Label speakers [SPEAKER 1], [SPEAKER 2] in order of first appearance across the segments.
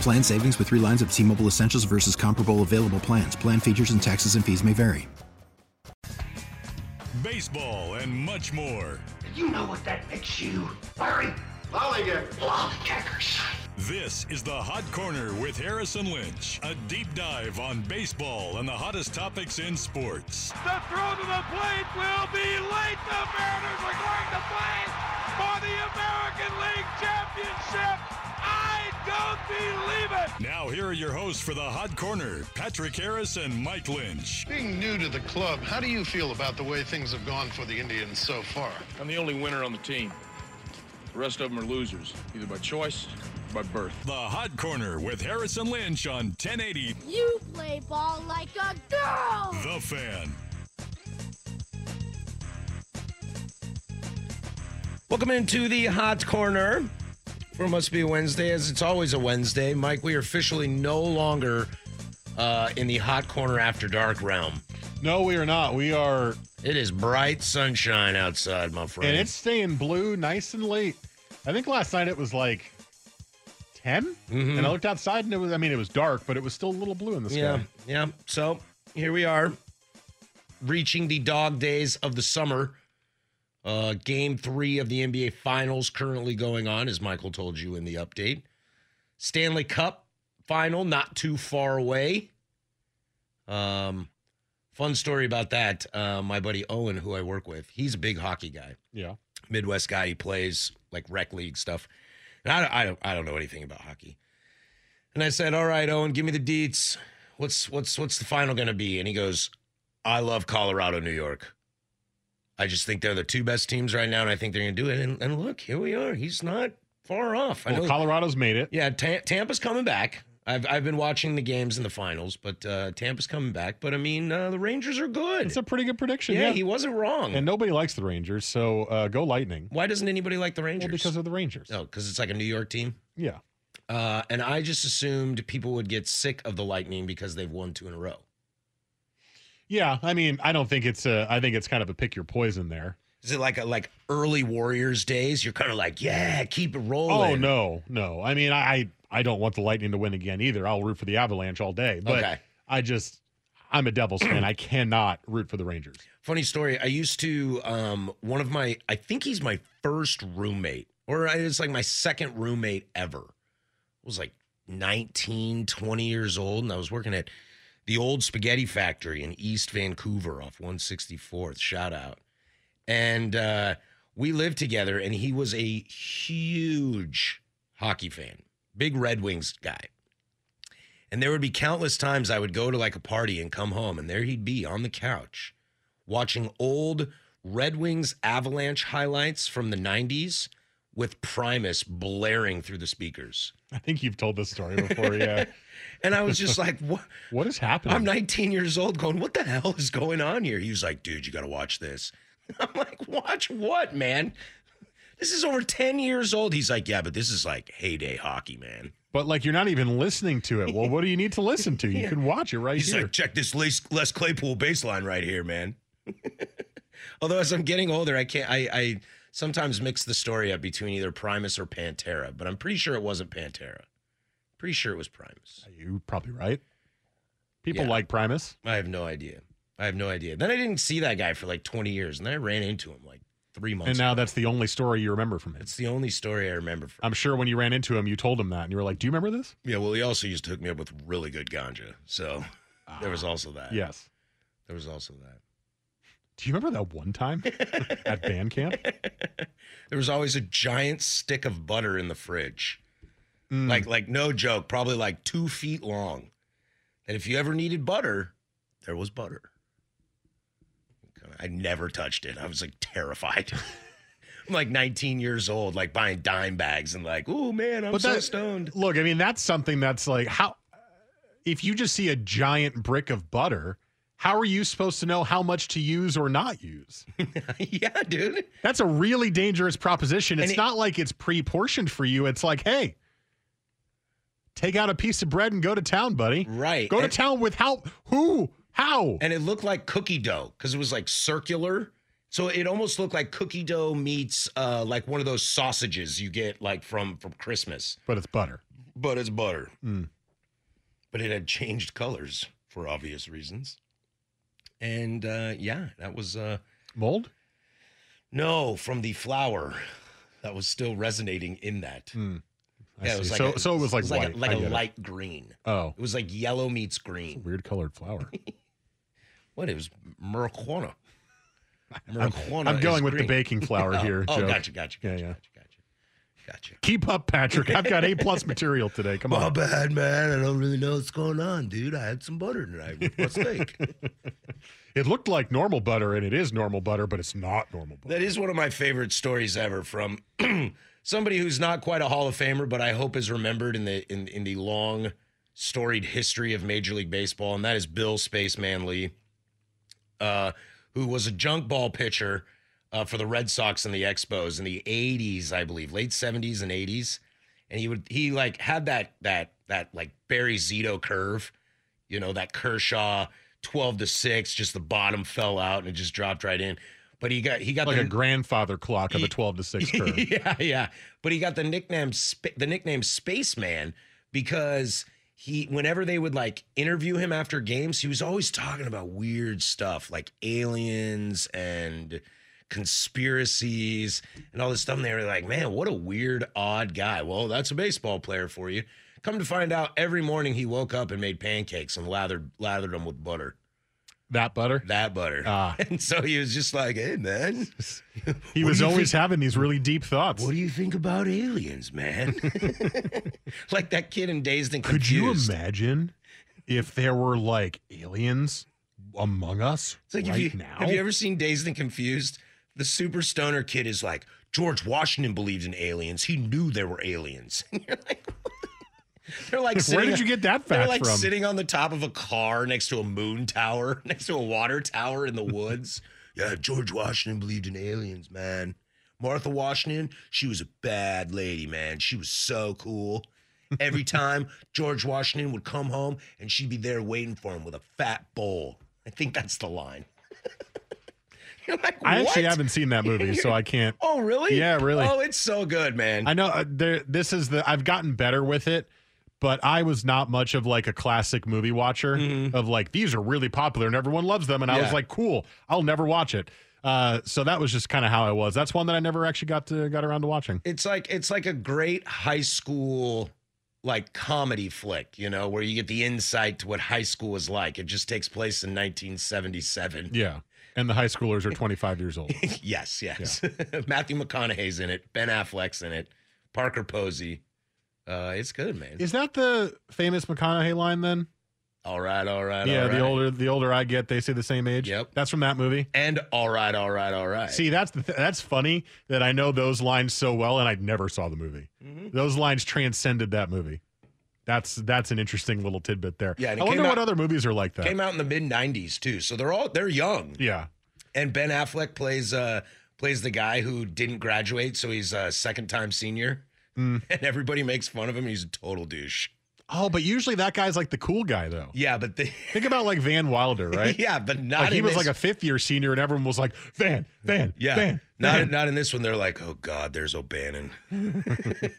[SPEAKER 1] Plan savings with three lines of T Mobile Essentials versus comparable available plans. Plan features and taxes and fees may vary.
[SPEAKER 2] baseball, and much more.
[SPEAKER 3] You know what that makes you, Larry? Lollygaggers. Lollygaggers.
[SPEAKER 2] This is the Hot Corner with Harrison Lynch, a deep dive on baseball and the hottest topics in sports.
[SPEAKER 4] The throw to the plate will be late. The Mariners are going to play for the American League Championship. I don't believe it.
[SPEAKER 2] Now, here are your hosts for the Hot Corner Patrick Harris and Mike Lynch.
[SPEAKER 5] Being new to the club, how do you feel about the way things have gone for the Indians so far?
[SPEAKER 6] I'm the only winner on the team. The rest of them are losers, either by choice or by birth.
[SPEAKER 2] The Hot Corner with Harrison Lynch on 1080
[SPEAKER 7] You play ball like a girl!
[SPEAKER 2] The Fan.
[SPEAKER 8] Welcome into the hot corner for Must Be Wednesday. As it's always a Wednesday, Mike, we are officially no longer uh, in the hot corner after dark realm.
[SPEAKER 9] No, we are not. We are,
[SPEAKER 8] It is bright sunshine outside, my friend.
[SPEAKER 9] and it's staying blue nice and late. I think last night it was like 10,
[SPEAKER 8] Mhm.
[SPEAKER 9] and I looked outside and it was, I mean, it was dark, but it was still a little blue in the sky.
[SPEAKER 8] yeah, yeah. So here we are, reaching the dog days of the summer. Uh, game three of the NBA Finals currently going on, as Michael told you in the update. Stanley Cup final not too far away. Um, fun story about that. Uh, my buddy Owen, who I work with, he's a big hockey guy.
[SPEAKER 9] Yeah.
[SPEAKER 8] Midwest guy. He plays like rec league stuff. And I, don't- I don't, I don't know anything about hockey. And I said, "All right, Owen, give me the deets. What's what's what's the final going to be?" And he goes, "I love Colorado, New York. I just think they're the two best teams right now, and I think they're going to do it." And, and look, here we are. He's not far off. I
[SPEAKER 9] Well,
[SPEAKER 8] know.
[SPEAKER 9] Colorado's made it.
[SPEAKER 8] yeah, Ta- Tampa's coming back. I've I've been watching the games in the finals, but uh, Tampa's coming back. But I mean, uh, the Rangers are good.
[SPEAKER 9] It's a pretty good prediction.
[SPEAKER 8] yeah,
[SPEAKER 9] Yeah.
[SPEAKER 8] he wasn't wrong.
[SPEAKER 9] and nobody likes the Rangers, so uh, go Lightning.
[SPEAKER 8] Why doesn't anybody like the Rangers?
[SPEAKER 9] Well, because of the Rangers.
[SPEAKER 8] oh, because it's like a New York team.
[SPEAKER 9] Yeah.
[SPEAKER 8] Uh, and I just assumed people would get sick of the Lightning because they've won two in a row.
[SPEAKER 9] Yeah. I mean, I don't think it's, uh, I think it's kind of a pick your poison there.
[SPEAKER 8] Is it like a, like early Warriors days? You're kind of like, yeah, keep it rolling.
[SPEAKER 9] Oh, no, no. I mean, I, I don't want the Lightning to win again either. I'll root for the Avalanche all day, but
[SPEAKER 8] Okay.
[SPEAKER 9] I just, I'm a Devils fan. I cannot root for the Rangers.
[SPEAKER 8] Funny story. I used to um one of my I think he's my first roommate or I- it's like my second roommate ever. I was like 19, 20 years old and I was working at the old spaghetti factory in East Vancouver off 164th. Shout out. And uh we lived together and he was a huge hockey fan. Big Red Wings guy. And there would be countless times I would go to like a party and come home and there he'd be on the couch watching old Red Wings Avalanche highlights from the 90s with Primus blaring through the speakers.
[SPEAKER 9] I think you've told this story before. Yeah.
[SPEAKER 8] And I was just like, what?
[SPEAKER 9] what is happening?
[SPEAKER 8] I'm 19 years old going, what the hell is going on here? He was like, dude, you got to watch this. I'm like, watch what, man? This is over 10 years old. He's like, yeah, but this is like heyday hockey, man.
[SPEAKER 9] but like, you're not even listening to it. Well, what do you need to listen to? You can watch it right
[SPEAKER 8] He's
[SPEAKER 9] here.
[SPEAKER 8] like, check this Les, Les Claypool baseline right here, man. Although as I'm getting older, I can't. I, I sometimes mix the story up between either Primus or Pantera, but I'm pretty sure it wasn't Pantera. Pretty sure it was Primus.
[SPEAKER 9] You're probably right. People
[SPEAKER 8] Yeah.
[SPEAKER 9] like Primus.
[SPEAKER 8] I have no idea. I have no idea. Then I didn't see that guy for like 20 years, and then I ran into him like three months.
[SPEAKER 9] And now that's the only story you remember from him.
[SPEAKER 8] It's the only story I remember. From.
[SPEAKER 9] I'm sure when you ran into him, you told him that, and you were like, "Do you remember this?"
[SPEAKER 8] Yeah. Well, he also used to hook me up with really good ganja, so there
[SPEAKER 9] Ah.
[SPEAKER 8] was also that.
[SPEAKER 9] Yes.
[SPEAKER 8] There was also that.
[SPEAKER 9] Do you remember that one time at band camp?
[SPEAKER 8] There was always a giant stick of butter in the fridge,
[SPEAKER 9] Mm. Hmm.
[SPEAKER 8] like like no joke, probably like two feet long. And if you ever needed butter, there was butter. I never touched it. I was like terrified. I'm like 19 years old, like buying dime bags and like, oh man, I'm so
[SPEAKER 9] that-
[SPEAKER 8] stoned.
[SPEAKER 9] Look, I mean, that's something that's like how if you just see a giant brick of butter, how are you supposed to know how much to use or not use?
[SPEAKER 8] yeah, dude.
[SPEAKER 9] That's a really dangerous proposition.
[SPEAKER 8] And
[SPEAKER 9] It's
[SPEAKER 8] it-
[SPEAKER 9] not like it's pre-portioned for you. It's like, hey, take out a piece of bread and go to town, buddy.
[SPEAKER 8] Right.
[SPEAKER 9] Go to
[SPEAKER 8] And-
[SPEAKER 9] town with how who? How?
[SPEAKER 8] And it looked like cookie dough because it was like circular. So it almost looked like cookie dough meets uh, like one of those sausages you get like from from Christmas,
[SPEAKER 9] But it's butter.
[SPEAKER 8] but it's butter.
[SPEAKER 9] Mm.
[SPEAKER 8] But it had changed colors for obvious reasons. And uh, yeah, that was uh,
[SPEAKER 9] Mold?
[SPEAKER 8] no from the flour that was still resonating in that.
[SPEAKER 9] Mm. I
[SPEAKER 8] Yeah,
[SPEAKER 9] see.
[SPEAKER 8] it was like
[SPEAKER 9] so
[SPEAKER 8] a-
[SPEAKER 9] so it was like white.
[SPEAKER 8] a, like
[SPEAKER 9] I
[SPEAKER 8] a
[SPEAKER 9] get it.
[SPEAKER 8] light green.
[SPEAKER 9] Oh,
[SPEAKER 8] It was like yellow meets green.
[SPEAKER 9] weird colored flower.
[SPEAKER 8] What it was marijuana.
[SPEAKER 9] I'm,
[SPEAKER 8] Marijuana
[SPEAKER 9] I'm
[SPEAKER 8] is
[SPEAKER 9] going with the
[SPEAKER 8] green.
[SPEAKER 9] baking flour
[SPEAKER 8] Oh,
[SPEAKER 9] here.
[SPEAKER 8] Oh,
[SPEAKER 9] Joe.
[SPEAKER 8] gotcha, gotcha,
[SPEAKER 9] Yeah,
[SPEAKER 8] gotcha,
[SPEAKER 9] yeah.
[SPEAKER 8] gotcha, gotcha, gotcha.
[SPEAKER 9] Keep up, Patrick. I've got A plus material today. Come
[SPEAKER 8] My
[SPEAKER 9] on.
[SPEAKER 8] bad, man. I don't really know what's going on, dude. I had some butter tonight with my steak.
[SPEAKER 9] It looked like normal butter, and it is normal butter, but it's not normal butter.
[SPEAKER 8] that is one of my favorite stories ever from somebody who's not quite a Hall of Famer, but I hope is remembered in the in in the long storied history of Major League Baseball, and that is Bill Spaceman Lee, uh, who was a junk ball pitcher uh, for the Red Sox and the Expos in the '80s, I believe, late '70s and '80s, and he would he like had that that that like Barry Zito curve, you know, that Kershaw twelve to six, just the bottom fell out and it just dropped right in. But he got he got
[SPEAKER 9] Like
[SPEAKER 8] the,
[SPEAKER 9] a grandfather clock of a 12 to 6 curve.
[SPEAKER 8] yeah, yeah. But he got the nickname Sp- the nickname Spaceman because he whenever they would like interview him after games, he was always talking about weird stuff like aliens and conspiracies and all this stuff. And they were like, "Man, what a weird, odd guy." Well, that's a baseball player for you. Come to find out, every morning he woke up and made pancakes and lathered lathered them with butter.
[SPEAKER 9] That butter.
[SPEAKER 8] That butter.
[SPEAKER 9] Ah.
[SPEAKER 8] and so he was just like, "Hey, man."
[SPEAKER 9] He
[SPEAKER 8] What
[SPEAKER 9] was
[SPEAKER 8] do you
[SPEAKER 9] always
[SPEAKER 8] think-
[SPEAKER 9] having these really deep thoughts.
[SPEAKER 8] What do you think about aliens, man? like that kid in Dazed and
[SPEAKER 9] Could you
[SPEAKER 8] Confused.
[SPEAKER 9] imagine if there were like aliens among us
[SPEAKER 8] It's like
[SPEAKER 9] right
[SPEAKER 8] have you,
[SPEAKER 9] now?
[SPEAKER 8] Have you ever seen Dazed and Confused? The super stoner kid is like, George Washington believed in aliens. He knew there were aliens. And you're like, they're like,
[SPEAKER 9] Where
[SPEAKER 8] sitting-
[SPEAKER 9] did you get that
[SPEAKER 8] They're
[SPEAKER 9] fact
[SPEAKER 8] like
[SPEAKER 9] from?
[SPEAKER 8] sitting on the top of a car next to a moon tower, next to a water tower in the woods. yeah, George Washington believed in aliens, man. Martha Washington, she was a bad lady, man. She was so cool. Every time George Washington would come home and she'd be there waiting for him with a fat bowl. I think that's the line. You're like,
[SPEAKER 9] I actually
[SPEAKER 8] "What?"
[SPEAKER 9] haven't seen that movie, so I can't.
[SPEAKER 8] Oh, really?
[SPEAKER 9] Yeah, really.
[SPEAKER 8] Oh, it's so good, man.
[SPEAKER 9] I know uh, there, this is the I've gotten better with it, but I was not much of like a classic movie watcher of like these are really popular and everyone loves them, and I was
[SPEAKER 8] Mm-hmm. Yeah.
[SPEAKER 9] like, cool, I'll never watch it. Uh, so that was just kind of how I was. That's one that I never actually got to got around to watching.
[SPEAKER 8] it's like it's like a great high school like comedy flick, you know, where you get the insight to what high school was like. It just takes place in 1977.
[SPEAKER 9] Yeah, and the high schoolers are 25 years old.
[SPEAKER 8] yes, yes. Matthew McConaughey's in it. Ben Affleck's in it. Parker Posey. Uh, it's good, man.
[SPEAKER 9] Is that the famous McConaughey line then?
[SPEAKER 8] all right, all right,
[SPEAKER 9] yeah,
[SPEAKER 8] all right.
[SPEAKER 9] the older the older I get, they say the same age.
[SPEAKER 8] Yep.
[SPEAKER 9] that's from that movie.
[SPEAKER 8] and all right, all right, all right.
[SPEAKER 9] See, that's the th- that's funny that I know those lines so well, and I never saw the movie. Those lines transcended that movie. That's that's an interesting little tidbit there.
[SPEAKER 8] Yeah, and it
[SPEAKER 9] I wonder
[SPEAKER 8] came
[SPEAKER 9] what
[SPEAKER 8] out-
[SPEAKER 9] other movies are like that.
[SPEAKER 8] came out in the mid 90s too. So they're all they're young.
[SPEAKER 9] yeah,
[SPEAKER 8] And Ben Affleck plays uh plays the guy who didn't graduate, so he's a second time senior.
[SPEAKER 9] Hmm.
[SPEAKER 8] And everybody makes fun of him. He's a total douche.
[SPEAKER 9] oh, but usually that guy's like the cool guy though.
[SPEAKER 8] Yeah, but they
[SPEAKER 9] Think about like Van Wilder, right?
[SPEAKER 8] yeah, but not
[SPEAKER 9] like he
[SPEAKER 8] in
[SPEAKER 9] was
[SPEAKER 8] this.
[SPEAKER 9] like a fifth year senior, and everyone was like Van, Van,
[SPEAKER 8] yeah.
[SPEAKER 9] Van.
[SPEAKER 8] not
[SPEAKER 9] Van.
[SPEAKER 8] not in this one. They're like, oh god, there's O'Bannon, and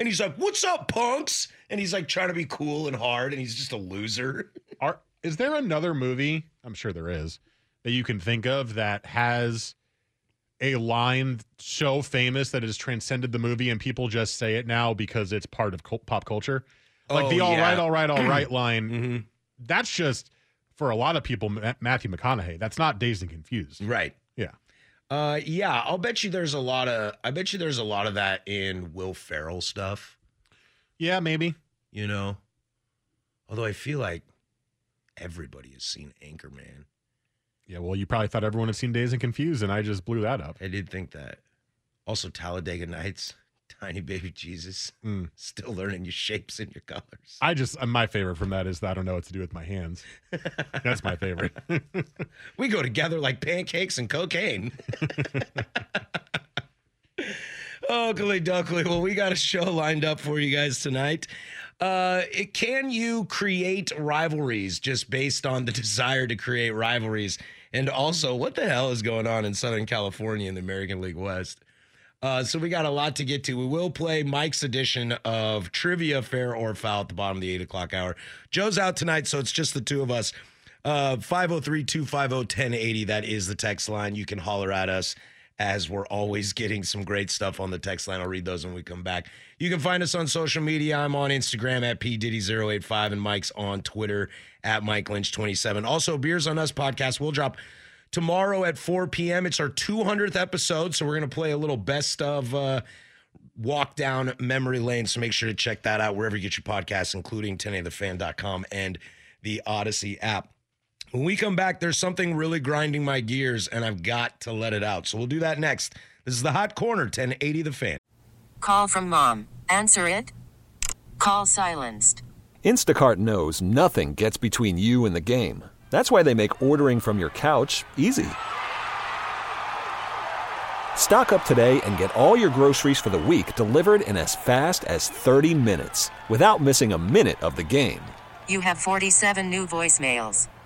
[SPEAKER 8] he's like, what's up, punks? And he's like trying to be cool and hard, and he's just a loser.
[SPEAKER 9] Are is there another movie? I'm sure there is that you can think of that has a line so famous that it has transcended the movie, and people just say it now because it's part of cul- pop culture. Like
[SPEAKER 8] Oh,
[SPEAKER 9] the all
[SPEAKER 8] yeah. Mm-hmm.
[SPEAKER 9] right, all right, all right line. That's just for a lot of people, Ma- Matthew McConaughey. That's not dazed and confused.
[SPEAKER 8] Right.
[SPEAKER 9] Yeah.
[SPEAKER 8] Uh, yeah, I'll bet you there's a lot of I bet you there's a lot of that in Will Ferrell stuff,
[SPEAKER 9] Yeah, maybe.
[SPEAKER 8] you know. Although I feel like everybody has seen Anchorman.
[SPEAKER 9] Yeah, well, you probably thought everyone had seen Days and Confused, and I just blew that up.
[SPEAKER 8] I did think that. Also Talladega Nights, Tiny Baby Jesus,
[SPEAKER 9] Mm.
[SPEAKER 8] still learning your shapes and your colors.
[SPEAKER 9] I just uh, my favorite from that is that I don't know what to do with my hands. That's my favorite.
[SPEAKER 8] We go together like pancakes and cocaine. Oakley Duckley, well, we got a show lined up for you guys tonight. Uh, it- can you create rivalries just based on the desire to create rivalries? And also, what the hell is going on in Southern California in the American League West? Uh, so we got a lot to get to. We will play Mike's edition of Trivia Fair or Foul at the bottom of the eight o'clock hour. Joe's out tonight, so it's just the two of us. Uh, 503 250 1080. That is the text line. You can holler at us as we're always getting some great stuff on the text line. I'll read those when we come back. You can find us on social media. I'm on Instagram at pdiddy085 and Mike's on Twitter at Mike Lynch27. Also, Beers on Us podcast will drop tomorrow at 4 p.m. It's our 200th episode, so we're going to play a little best of uh, walk down memory lane. So make sure to check that out wherever you get your podcasts, including 10athefan.com and the Odyssey app. When we come back, there's something really grinding my gears, and I've got to let it out. So we'll do that next. This is the Hot Corner 1080 The Fan.
[SPEAKER 10] Call from mom. Answer it. Call silenced.
[SPEAKER 11] Instacart knows nothing gets between you and the game. That's why they make ordering from your couch easy. Stock up today and get all your groceries for the week delivered in as fast as 30 minutes without missing a minute of the game.
[SPEAKER 10] You have 47 new voicemails.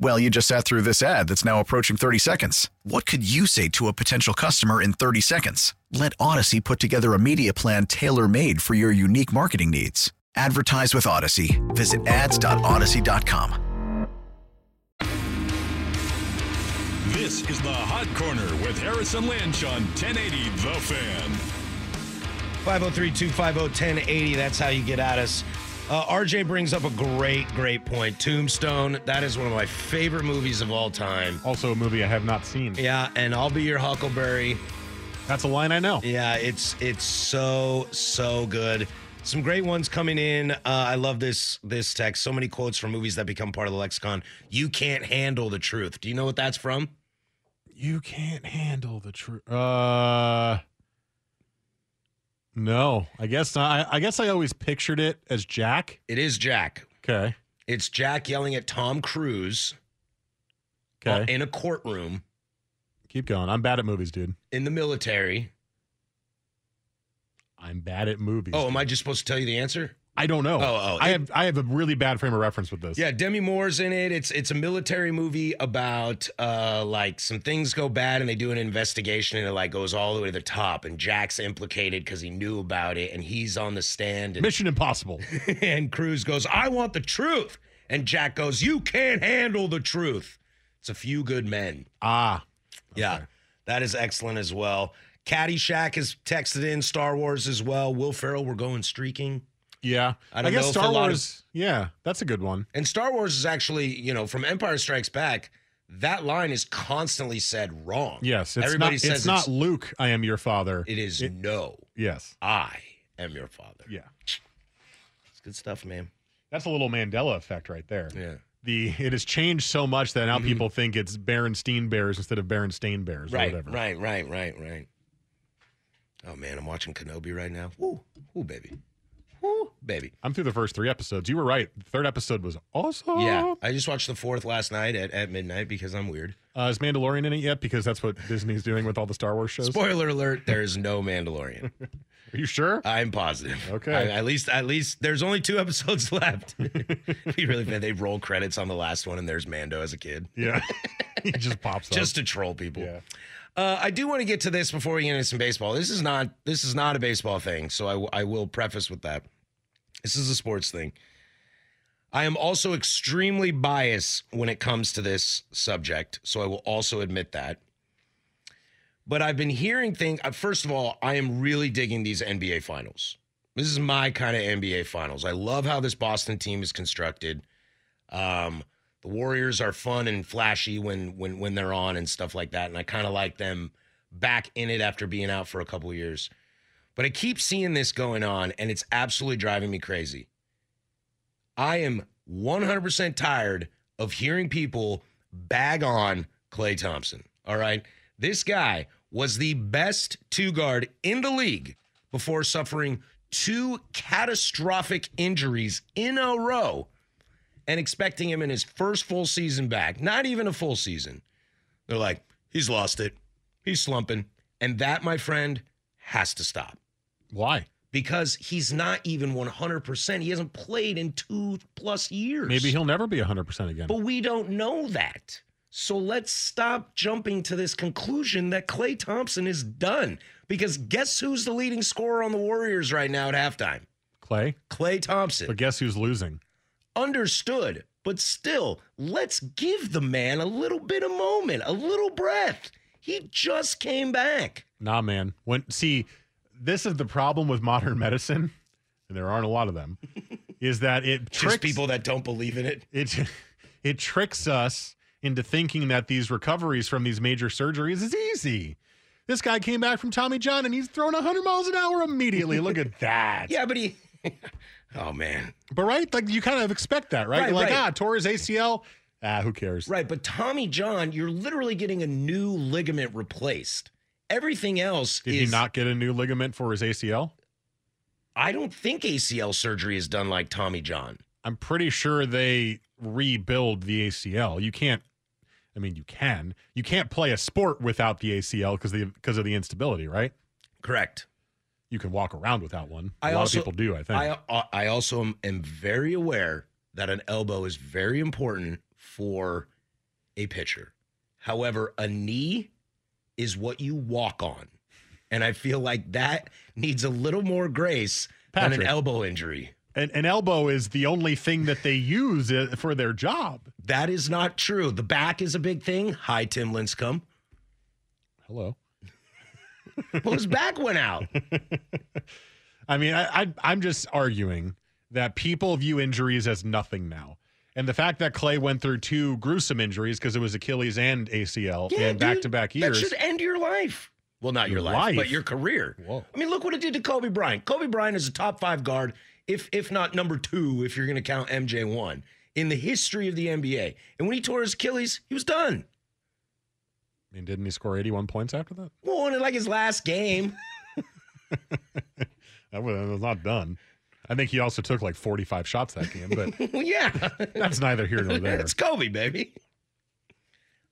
[SPEAKER 12] Well, you just sat through this ad that's now approaching 30 seconds. What could you say to a potential customer in 30 seconds? Let Odyssey put together a media plan tailor made for your unique marketing needs. Advertise with Odyssey. Visit ads.odyssey.com.
[SPEAKER 2] This is the Hot Corner with Harrison Lynch on 1080 The Fan.
[SPEAKER 8] 503 250 1080. oh, That's how you get at us. Uh, RJ brings up a great, great point. Tombstone. That is one of my favorite movies of all time.
[SPEAKER 9] Also, a movie I have not seen.
[SPEAKER 8] Yeah, and I'll be your Huckleberry.
[SPEAKER 9] That's a line I know.
[SPEAKER 8] Yeah, it's it's so so good. Some great ones coming in. Uh, I love this this text. So many quotes from movies that become part of the lexicon. You can't handle the truth. Do you know what that's from?
[SPEAKER 9] You can't handle the truth. Uh, no, I guess not. I, I guess I always pictured it as Jack.
[SPEAKER 8] It is Jack.
[SPEAKER 9] Okay.
[SPEAKER 8] It's Jack yelling at Tom Cruise uh,
[SPEAKER 9] Okay.
[SPEAKER 8] in a courtroom
[SPEAKER 9] Keep going. I'm bad at movies, dude.
[SPEAKER 8] in the military.
[SPEAKER 9] I'm bad at movies.
[SPEAKER 8] Oh, am I just supposed to tell you the answer?
[SPEAKER 9] I don't know.
[SPEAKER 8] Oh, oh,
[SPEAKER 9] I
[SPEAKER 8] it-
[SPEAKER 9] have I have a really bad frame of reference with this.
[SPEAKER 8] Yeah, Demi Moore's in it. It's it's a military movie about uh like some things go bad and they do an investigation and it like goes all the way to the top and Jack's implicated because he knew about it and he's on the stand and
[SPEAKER 9] Mission Impossible.
[SPEAKER 8] and Cruz goes, I want the truth. And Jack goes, You can't handle the truth. It's a few good men.
[SPEAKER 9] Ah.
[SPEAKER 8] Yeah. That is excellent as well. Caddyshack has texted in Star Wars as well. Will Ferrell, we're going streaking.
[SPEAKER 9] Yeah.
[SPEAKER 8] I don't
[SPEAKER 9] guess
[SPEAKER 8] know if a
[SPEAKER 9] Star
[SPEAKER 8] lot of-
[SPEAKER 9] Wars. Yeah, that's a good one.
[SPEAKER 8] And Star Wars is actually, you know, from Empire Strikes Back, that line is constantly said wrong.
[SPEAKER 9] Yes, it's
[SPEAKER 8] Everybody
[SPEAKER 9] not.
[SPEAKER 8] says
[SPEAKER 9] it's not Luke. I am your father.
[SPEAKER 8] it is no,
[SPEAKER 9] Yes.
[SPEAKER 8] I am your father.
[SPEAKER 9] Yeah.
[SPEAKER 8] It's good stuff, man.
[SPEAKER 9] That's a little Mandela effect right there.
[SPEAKER 8] Yeah.
[SPEAKER 9] The it has changed so much that now
[SPEAKER 8] Mm-hmm.
[SPEAKER 9] people think it's Berenstain Bears instead of Berenstain Bears
[SPEAKER 8] Right,
[SPEAKER 9] or whatever.
[SPEAKER 8] right, right, right, right. Oh man, I'm watching Kenobi right now. Woo, woo, baby, woo, baby.
[SPEAKER 9] I'm through the first three episodes. You were right. The third episode was awesome.
[SPEAKER 8] Yeah, I just watched the fourth last night at, at midnight because I'm weird.
[SPEAKER 9] Uh, is Mandalorian in it yet? Because that's what Disney's doing with all the Star Wars shows.
[SPEAKER 8] Spoiler alert: There is no Mandalorian.
[SPEAKER 9] Are you sure?
[SPEAKER 8] I'm positive.
[SPEAKER 9] Okay.
[SPEAKER 8] I- at least, at least there's only two episodes left. Be really bad. They roll credits on the last one, and there's Mando as a kid.
[SPEAKER 9] Yeah. he just pops up.
[SPEAKER 8] just to troll people. Uh, I do want to get to this before we get into some baseball. This is not this is not a baseball thing, so I w- I will preface with that. This is a sports thing. I am also extremely biased when it comes to this subject, so I will also admit that. But I've been hearing things. Uh, first of all, I am really digging these NBA finals. This is my kind of NBA finals. I love how this Boston team is constructed. Um, the Warriors are fun and flashy when when when they're on and stuff like that, and I kind of like them back in it after being out for a couple years. But I keep seeing this going on, and it's absolutely driving me crazy. I am 100% tired of hearing people bag on Clay Thompson. All right. This guy was the best two guard in the league before suffering two catastrophic injuries in a row and expecting him in his first full season back, not even a full season. They're like, he's lost it. He's slumping. And that, my friend, has to stop.
[SPEAKER 9] Why?
[SPEAKER 8] Because he's not even 100%. He hasn't played in two plus years.
[SPEAKER 9] Maybe he'll never be 100% again.
[SPEAKER 8] But we don't know that. So let's stop jumping to this conclusion that Clay Thompson is done. Because guess who's the leading scorer on the Warriors right now at halftime?
[SPEAKER 9] Clay.
[SPEAKER 8] Clay Thompson.
[SPEAKER 9] But guess who's losing?
[SPEAKER 8] Understood. But still, let's give the man a little bit of moment, a little breath. He just came back.
[SPEAKER 9] Nah, man. When see, this is the problem with modern medicine, and there aren't a lot of them, is that it tricks
[SPEAKER 8] Just people that don't believe in it.
[SPEAKER 9] it it tricks us into thinking that these recoveries from these major surgeries is easy. This guy came back from Tommy John and he's throwing 100 miles an hour immediately. Look at that.
[SPEAKER 8] Yeah, but he. oh man.
[SPEAKER 9] But right, like you kind of expect that, right?
[SPEAKER 8] Right,
[SPEAKER 9] You're like,
[SPEAKER 8] right.
[SPEAKER 9] ah, Torres ACL. Ah, who cares?
[SPEAKER 8] Right, but Tommy John, you're literally getting a new ligament replaced. Everything else
[SPEAKER 9] Did
[SPEAKER 8] is
[SPEAKER 9] he not get a new ligament for his ACL?
[SPEAKER 8] I don't think ACL surgery is done like Tommy John.
[SPEAKER 9] I'm pretty sure they rebuild the ACL. You can't. I mean, you can. You can't play a sport without the ACL because the because of the instability, right?
[SPEAKER 8] Correct.
[SPEAKER 9] You can walk around without one. A
[SPEAKER 8] I
[SPEAKER 9] lot
[SPEAKER 8] also-
[SPEAKER 9] of people do, I think.
[SPEAKER 8] I I- I also am, am very aware that an elbow is very important for a pitcher. However, a knee is what you walk on. And I feel like that needs a little more grace than
[SPEAKER 9] Patrick.
[SPEAKER 8] an elbow injury.
[SPEAKER 9] an, an elbow is the only thing that they use uh, for their job.
[SPEAKER 8] That is not true. The back is a big thing. Hi, Tim Lincecum.
[SPEAKER 9] Hello.
[SPEAKER 8] Well, his back went out.
[SPEAKER 9] I mean, I, I I'm just arguing that people view injuries as nothing now. And the fact that Clay went through two gruesome injuries because it was Achilles and ACL
[SPEAKER 8] Yeah,
[SPEAKER 9] in
[SPEAKER 8] dude,
[SPEAKER 9] back to back years.
[SPEAKER 8] That should end your life. Well, not your,
[SPEAKER 9] Your
[SPEAKER 8] life, but
[SPEAKER 9] life?
[SPEAKER 8] your career.
[SPEAKER 9] Whoa.
[SPEAKER 8] I mean, look what it did to Kobe Bryant. Kobe Bryant is a top five guard, if if not number two, if you're going to count MJ one in the history of the NBA. And when he tore his Achilles, he was done.
[SPEAKER 9] I mean, didn't he score 81 points after that?
[SPEAKER 8] Well, in like his last game.
[SPEAKER 9] That was, that was not done. I think he also took like 45 shots that game, but
[SPEAKER 8] well, yeah,
[SPEAKER 9] that's neither here nor there.
[SPEAKER 8] it's Kobe, baby.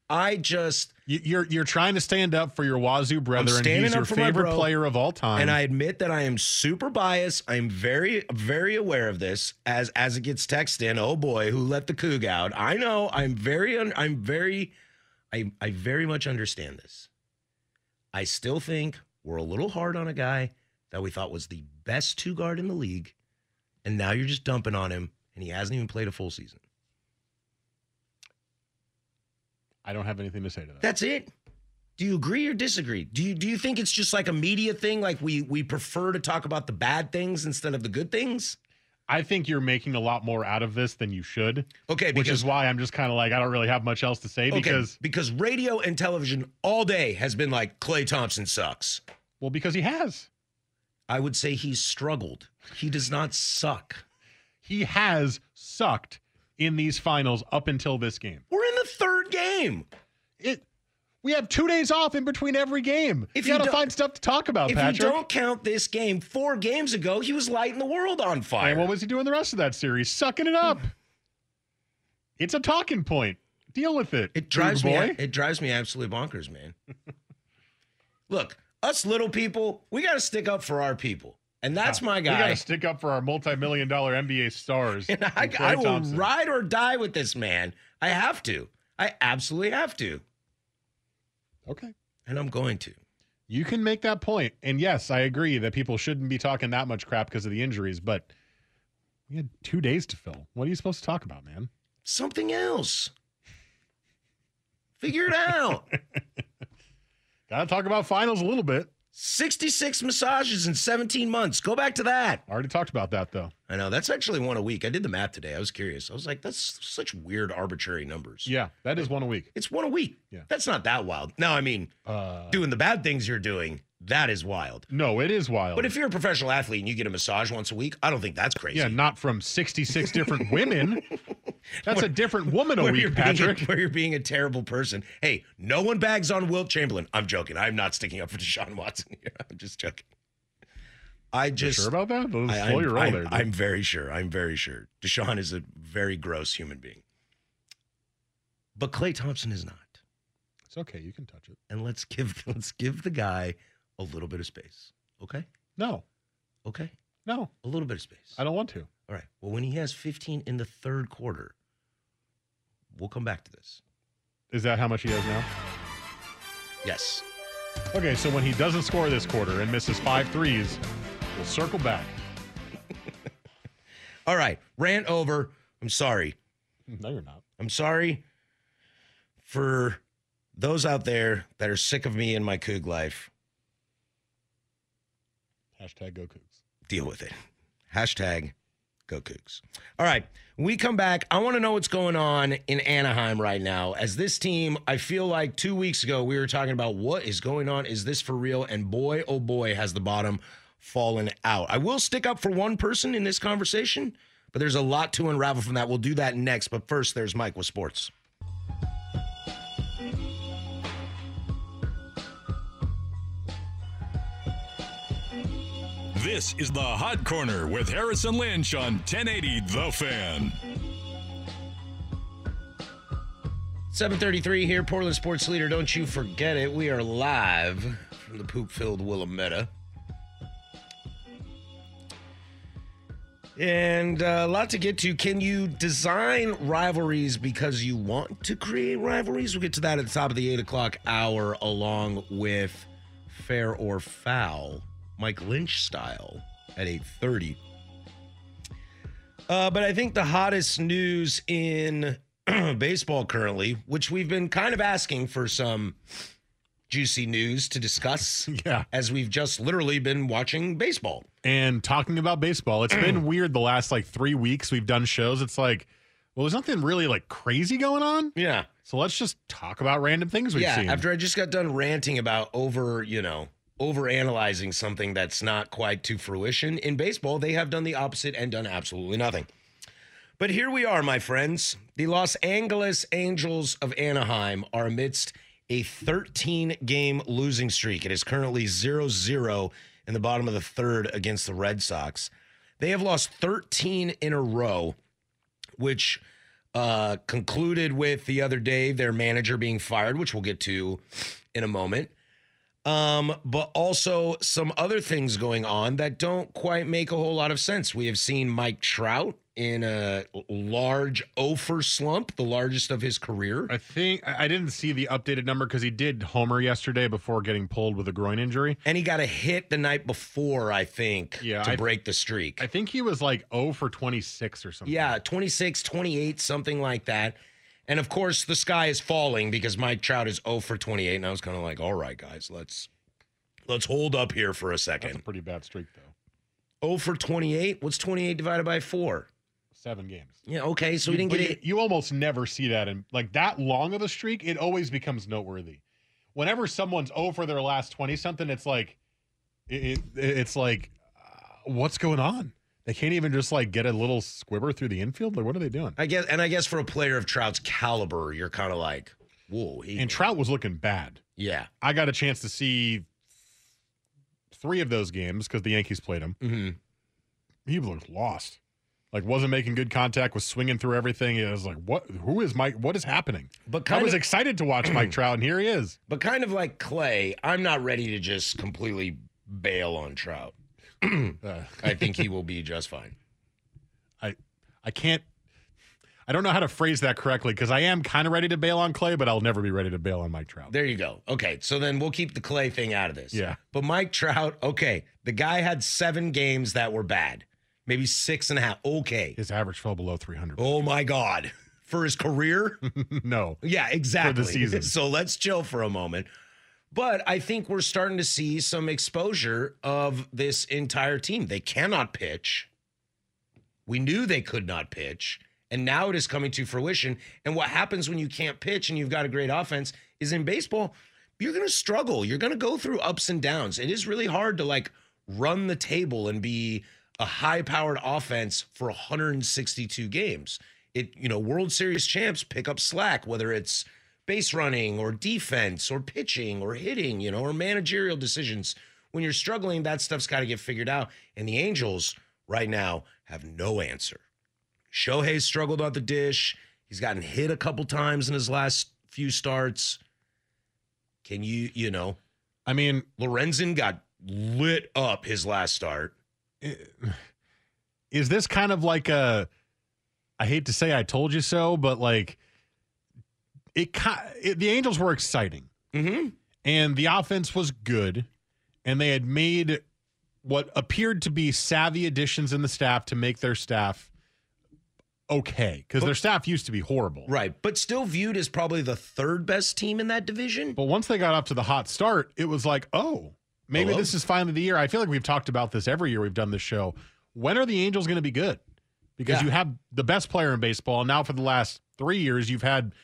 [SPEAKER 8] I just
[SPEAKER 9] You, you're you're trying to stand up for your Wazoo brethren.
[SPEAKER 8] standing
[SPEAKER 9] He's
[SPEAKER 8] up
[SPEAKER 9] your
[SPEAKER 8] for my
[SPEAKER 9] favorite
[SPEAKER 8] bro,
[SPEAKER 9] player of all time.
[SPEAKER 8] And I admit that I am super biased. I'm very, very aware of this. As as it gets texted in, oh boy, who let the coog out? I know. I'm very. Un- I'm very. I I very much understand this. I still think we're a little hard on a guy that we thought was the best two guard in the league, and now you're just dumping on him, and he hasn't even played a full season.
[SPEAKER 9] I don't have anything to say to that.
[SPEAKER 8] That's it. Do you agree or disagree? Do you do you think it's just like a media thing? Like we we prefer to talk about the bad things instead of the good things?
[SPEAKER 9] I think you're making a lot more out of this than you should.
[SPEAKER 8] Okay,
[SPEAKER 9] which
[SPEAKER 8] because-
[SPEAKER 9] is why I'm just kind of like I don't really have much else to say
[SPEAKER 8] Okay,
[SPEAKER 9] because
[SPEAKER 8] because radio and television all day has been like Clay Thompson sucks.
[SPEAKER 9] well because he has
[SPEAKER 8] I would say he's struggled. He does not suck.
[SPEAKER 9] He has sucked in these finals up until this game.
[SPEAKER 8] We're in the third game.
[SPEAKER 9] It. We have two days off in between every game.
[SPEAKER 8] If
[SPEAKER 9] you,
[SPEAKER 8] you
[SPEAKER 9] gotta
[SPEAKER 8] don't-
[SPEAKER 9] find stuff to talk about,
[SPEAKER 8] if
[SPEAKER 9] Uh, Patrick.
[SPEAKER 8] you don't count this game, four games ago, he was lighting the world on fire.
[SPEAKER 9] And what was he doing the rest of that series? Sucking it up. it's a talking point. Deal with it.
[SPEAKER 8] It drives
[SPEAKER 9] dude boy.
[SPEAKER 8] me. It drives me absolutely bonkers, man. Look, us little people, we got to stick up for our people, and that's my
[SPEAKER 9] Ah, We
[SPEAKER 8] guy.
[SPEAKER 9] gotta stick up for our multi-million dollar NBA stars.
[SPEAKER 8] And I,
[SPEAKER 9] and Klay
[SPEAKER 8] I will
[SPEAKER 9] Thompson.
[SPEAKER 8] ride or die with this man. I have to. I absolutely have to.
[SPEAKER 9] Okay.
[SPEAKER 8] And I'm going to.
[SPEAKER 9] You can make that point. And yes, I agree that people shouldn't be talking that much crap because of the injuries, but we had two days to fill. What are you supposed to talk about, man?
[SPEAKER 8] Something else. Figure it out.
[SPEAKER 9] Gotta talk about finals a little bit.
[SPEAKER 8] 66 massages in 17 months. Go back to that.
[SPEAKER 9] Already talked about that though.
[SPEAKER 8] I know. That's actually one a week. I did the math today. I was curious. I was like, that's such weird arbitrary numbers.
[SPEAKER 9] Yeah, that is one a week.
[SPEAKER 8] It's one a week.
[SPEAKER 9] Yeah.
[SPEAKER 8] That's not that wild. No, I mean,
[SPEAKER 9] Uh,
[SPEAKER 8] doing the bad things you're doing, that is wild.
[SPEAKER 9] no, it is wild.
[SPEAKER 8] But if you're a professional athlete and you get a massage once a week, I don't think that's crazy.
[SPEAKER 9] yeah, not from 66 different women. That's a different woman a
[SPEAKER 8] where
[SPEAKER 9] week,
[SPEAKER 8] you're
[SPEAKER 9] Patrick.
[SPEAKER 8] Being, where you're being a terrible person. Hey, no one bags on Wilt Chamberlain. I'm joking. I'm not sticking up for Deshaun Watson here. I'm just joking. I
[SPEAKER 9] You
[SPEAKER 8] just
[SPEAKER 9] sure about that? Those
[SPEAKER 8] I,
[SPEAKER 9] slow
[SPEAKER 8] am
[SPEAKER 9] your roll there. dude.
[SPEAKER 8] I'm very sure. I'm very sure. Deshaun is a very gross human being. But Clay Thompson is not.
[SPEAKER 9] it's okay. You can touch it.
[SPEAKER 8] And let's give let's give the guy a little bit of space. Okay?
[SPEAKER 9] No,
[SPEAKER 8] Okay.
[SPEAKER 9] no,
[SPEAKER 8] A little bit of space.
[SPEAKER 9] I don't want to.
[SPEAKER 8] All right. Well, when he has 15 in the third quarter, we'll come back to this.
[SPEAKER 9] Is that how much he has now?
[SPEAKER 8] Yes.
[SPEAKER 9] Okay, so when he doesn't score this quarter and misses five threes, we'll circle back.
[SPEAKER 8] All right. Rant over. I'm sorry.
[SPEAKER 9] No, you're not.
[SPEAKER 8] I'm sorry for those out there that are sick of me and my Coog life.
[SPEAKER 9] Hashtag go Cougs.
[SPEAKER 8] Deal with it. Hashtag go Cougs. All right. When we come back, I want to know what's going on in Anaheim right now. As this team, I feel like two weeks ago we were talking about what is going on. Is this for real? And boy, oh boy, has the bottom fallen out. I will stick up for one person in this conversation, but there's a lot to unravel from that. We'll do that next. But first, there's Mike with sports.
[SPEAKER 2] This is the Hot Corner with Harrison Lynch on 1080 The Fan.
[SPEAKER 8] 733 here, Portland Sports Leader. Don't you forget it. We are live from the poop filled Willamette. And uh, a lot to get to. Can you design rivalries because you want to create rivalries? We'll get to that at the top of the 8 o'clock hour, along with Fair or Foul, Mike Lynch style at 830. Uh, but I think the hottest news in baseball currently, which we've been kind of asking for some juicy news to discuss,
[SPEAKER 9] Yeah.
[SPEAKER 8] as we've just literally been watching baseball.
[SPEAKER 9] And talking about baseball, it's been weird the last like three weeks we've done shows. It's like, well, there's nothing really like crazy going on.
[SPEAKER 8] Yeah.
[SPEAKER 9] So let's just talk about random things we've
[SPEAKER 8] yeah,
[SPEAKER 9] seen.
[SPEAKER 8] after I just got done ranting about over, you know, over analyzing something that's not quite to fruition in baseball, they have done the opposite and done absolutely nothing. But here we are, my friends. The Los Angeles Angels of Anaheim are amidst a 13 game losing streak. It is currently 0 0 in the bottom of the third against the Red Sox. They have lost 13 in a row, which uh, concluded with the other day their manager being fired, which we'll get to in a moment. Um, but also some other things going on that don't quite make a whole lot of sense. We have seen Mike Trout in a large over slump, the largest of his career.
[SPEAKER 9] I think I I didn't see the updated number because he did homer yesterday before getting pulled with a groin injury.
[SPEAKER 8] And he got a hit the night before, I think,
[SPEAKER 9] Yeah,
[SPEAKER 8] to
[SPEAKER 9] I-
[SPEAKER 8] break the streak.
[SPEAKER 9] I think he was like 0 for 26 or something.
[SPEAKER 8] Yeah, 26, 28, something like that. And of course, the sky is falling because Mike Trout is 0 for 28. And I was kind of like, all right, guys, let's let's hold up here for a
[SPEAKER 9] That's a
[SPEAKER 8] second.
[SPEAKER 9] pretty bad streak, though.
[SPEAKER 8] 0 for 28. What's 28 divided by four?
[SPEAKER 9] Seven games.
[SPEAKER 8] Yeah, okay. So we didn't
[SPEAKER 9] But
[SPEAKER 8] get
[SPEAKER 9] you-
[SPEAKER 8] it.
[SPEAKER 9] You almost never see that in like that long of a streak. It always becomes noteworthy. Whenever someone's over their last twenty something, it's like, it, it- it's like, uh, what's going on? They can't even just like get a little squibber through the infield. Like, what are they doing?
[SPEAKER 8] I guess, and I guess for a player of Trout's caliber, you're kind of like, whoa. He,
[SPEAKER 9] And Trout was looking bad.
[SPEAKER 8] yeah,
[SPEAKER 9] I got a chance to see three of those games because the Yankees played him.
[SPEAKER 8] Mm-hmm.
[SPEAKER 9] He looked lost. Like wasn't making good contact. Was swinging through everything. I was like, what? Who is Mike? What is happening?
[SPEAKER 8] But
[SPEAKER 9] I
[SPEAKER 8] kind
[SPEAKER 9] was
[SPEAKER 8] of-
[SPEAKER 9] excited to watch Mike Trout, and here he is.
[SPEAKER 8] but kind of like Clay. I'm not ready to just completely bail on Trout.
[SPEAKER 9] Uh,
[SPEAKER 8] I think he will be just fine.
[SPEAKER 9] I I can't. I don't know how to phrase that correctly because I am kind of ready to bail on Clay, but I'll never be ready to bail on Mike Trout.
[SPEAKER 8] There you go. Okay, so then we'll keep the Clay thing out of this.
[SPEAKER 9] Yeah.
[SPEAKER 8] But Mike Trout, okay, the guy had seven games that were bad, maybe six and a half. Okay.
[SPEAKER 9] His average fell below 300.
[SPEAKER 8] Oh my God. For his career?
[SPEAKER 9] no.
[SPEAKER 8] Yeah, exactly.
[SPEAKER 9] season.
[SPEAKER 8] So let's chill for a moment. But I think we're starting to see some exposure of this entire team. They cannot pitch. We knew they could not pitch. And now it is coming to fruition. And what happens when you can't pitch and you've got a great offense is in baseball, you're going to struggle. You're going to go through ups and downs. It is really hard to like run the table and be a high powered offense for 162 games. It, you know, World Series champs pick up slack, whether it's base running or defense or pitching or hitting, you know, or managerial decisions. When you're struggling, that stuff's got to get figured out. And the Angels right now have no answer. Shohei's struggled on the dish. He's gotten hit a couple times in his last few starts. Can you, you know,
[SPEAKER 9] I mean,
[SPEAKER 8] Lorenzen got lit up his last start.
[SPEAKER 9] is this kind of like a I hate to say I told you so, but like it, ki- it the Angels were exciting.
[SPEAKER 8] Mm-hmm.
[SPEAKER 9] And the offense was good and they had made what appeared to be savvy additions in the staff to make their staff okay cuz their staff used to be horrible.
[SPEAKER 8] Right. But still viewed as probably the third best team in that division.
[SPEAKER 9] But once they got up to the hot start, it was like, "Oh, maybe
[SPEAKER 8] Hello?
[SPEAKER 9] this is finally the year." I feel like we've talked about this every year we've done this show. When are the Angels going to be good? Because
[SPEAKER 8] Yeah.
[SPEAKER 9] you have the best player in baseball, and now for the last 3 years you've had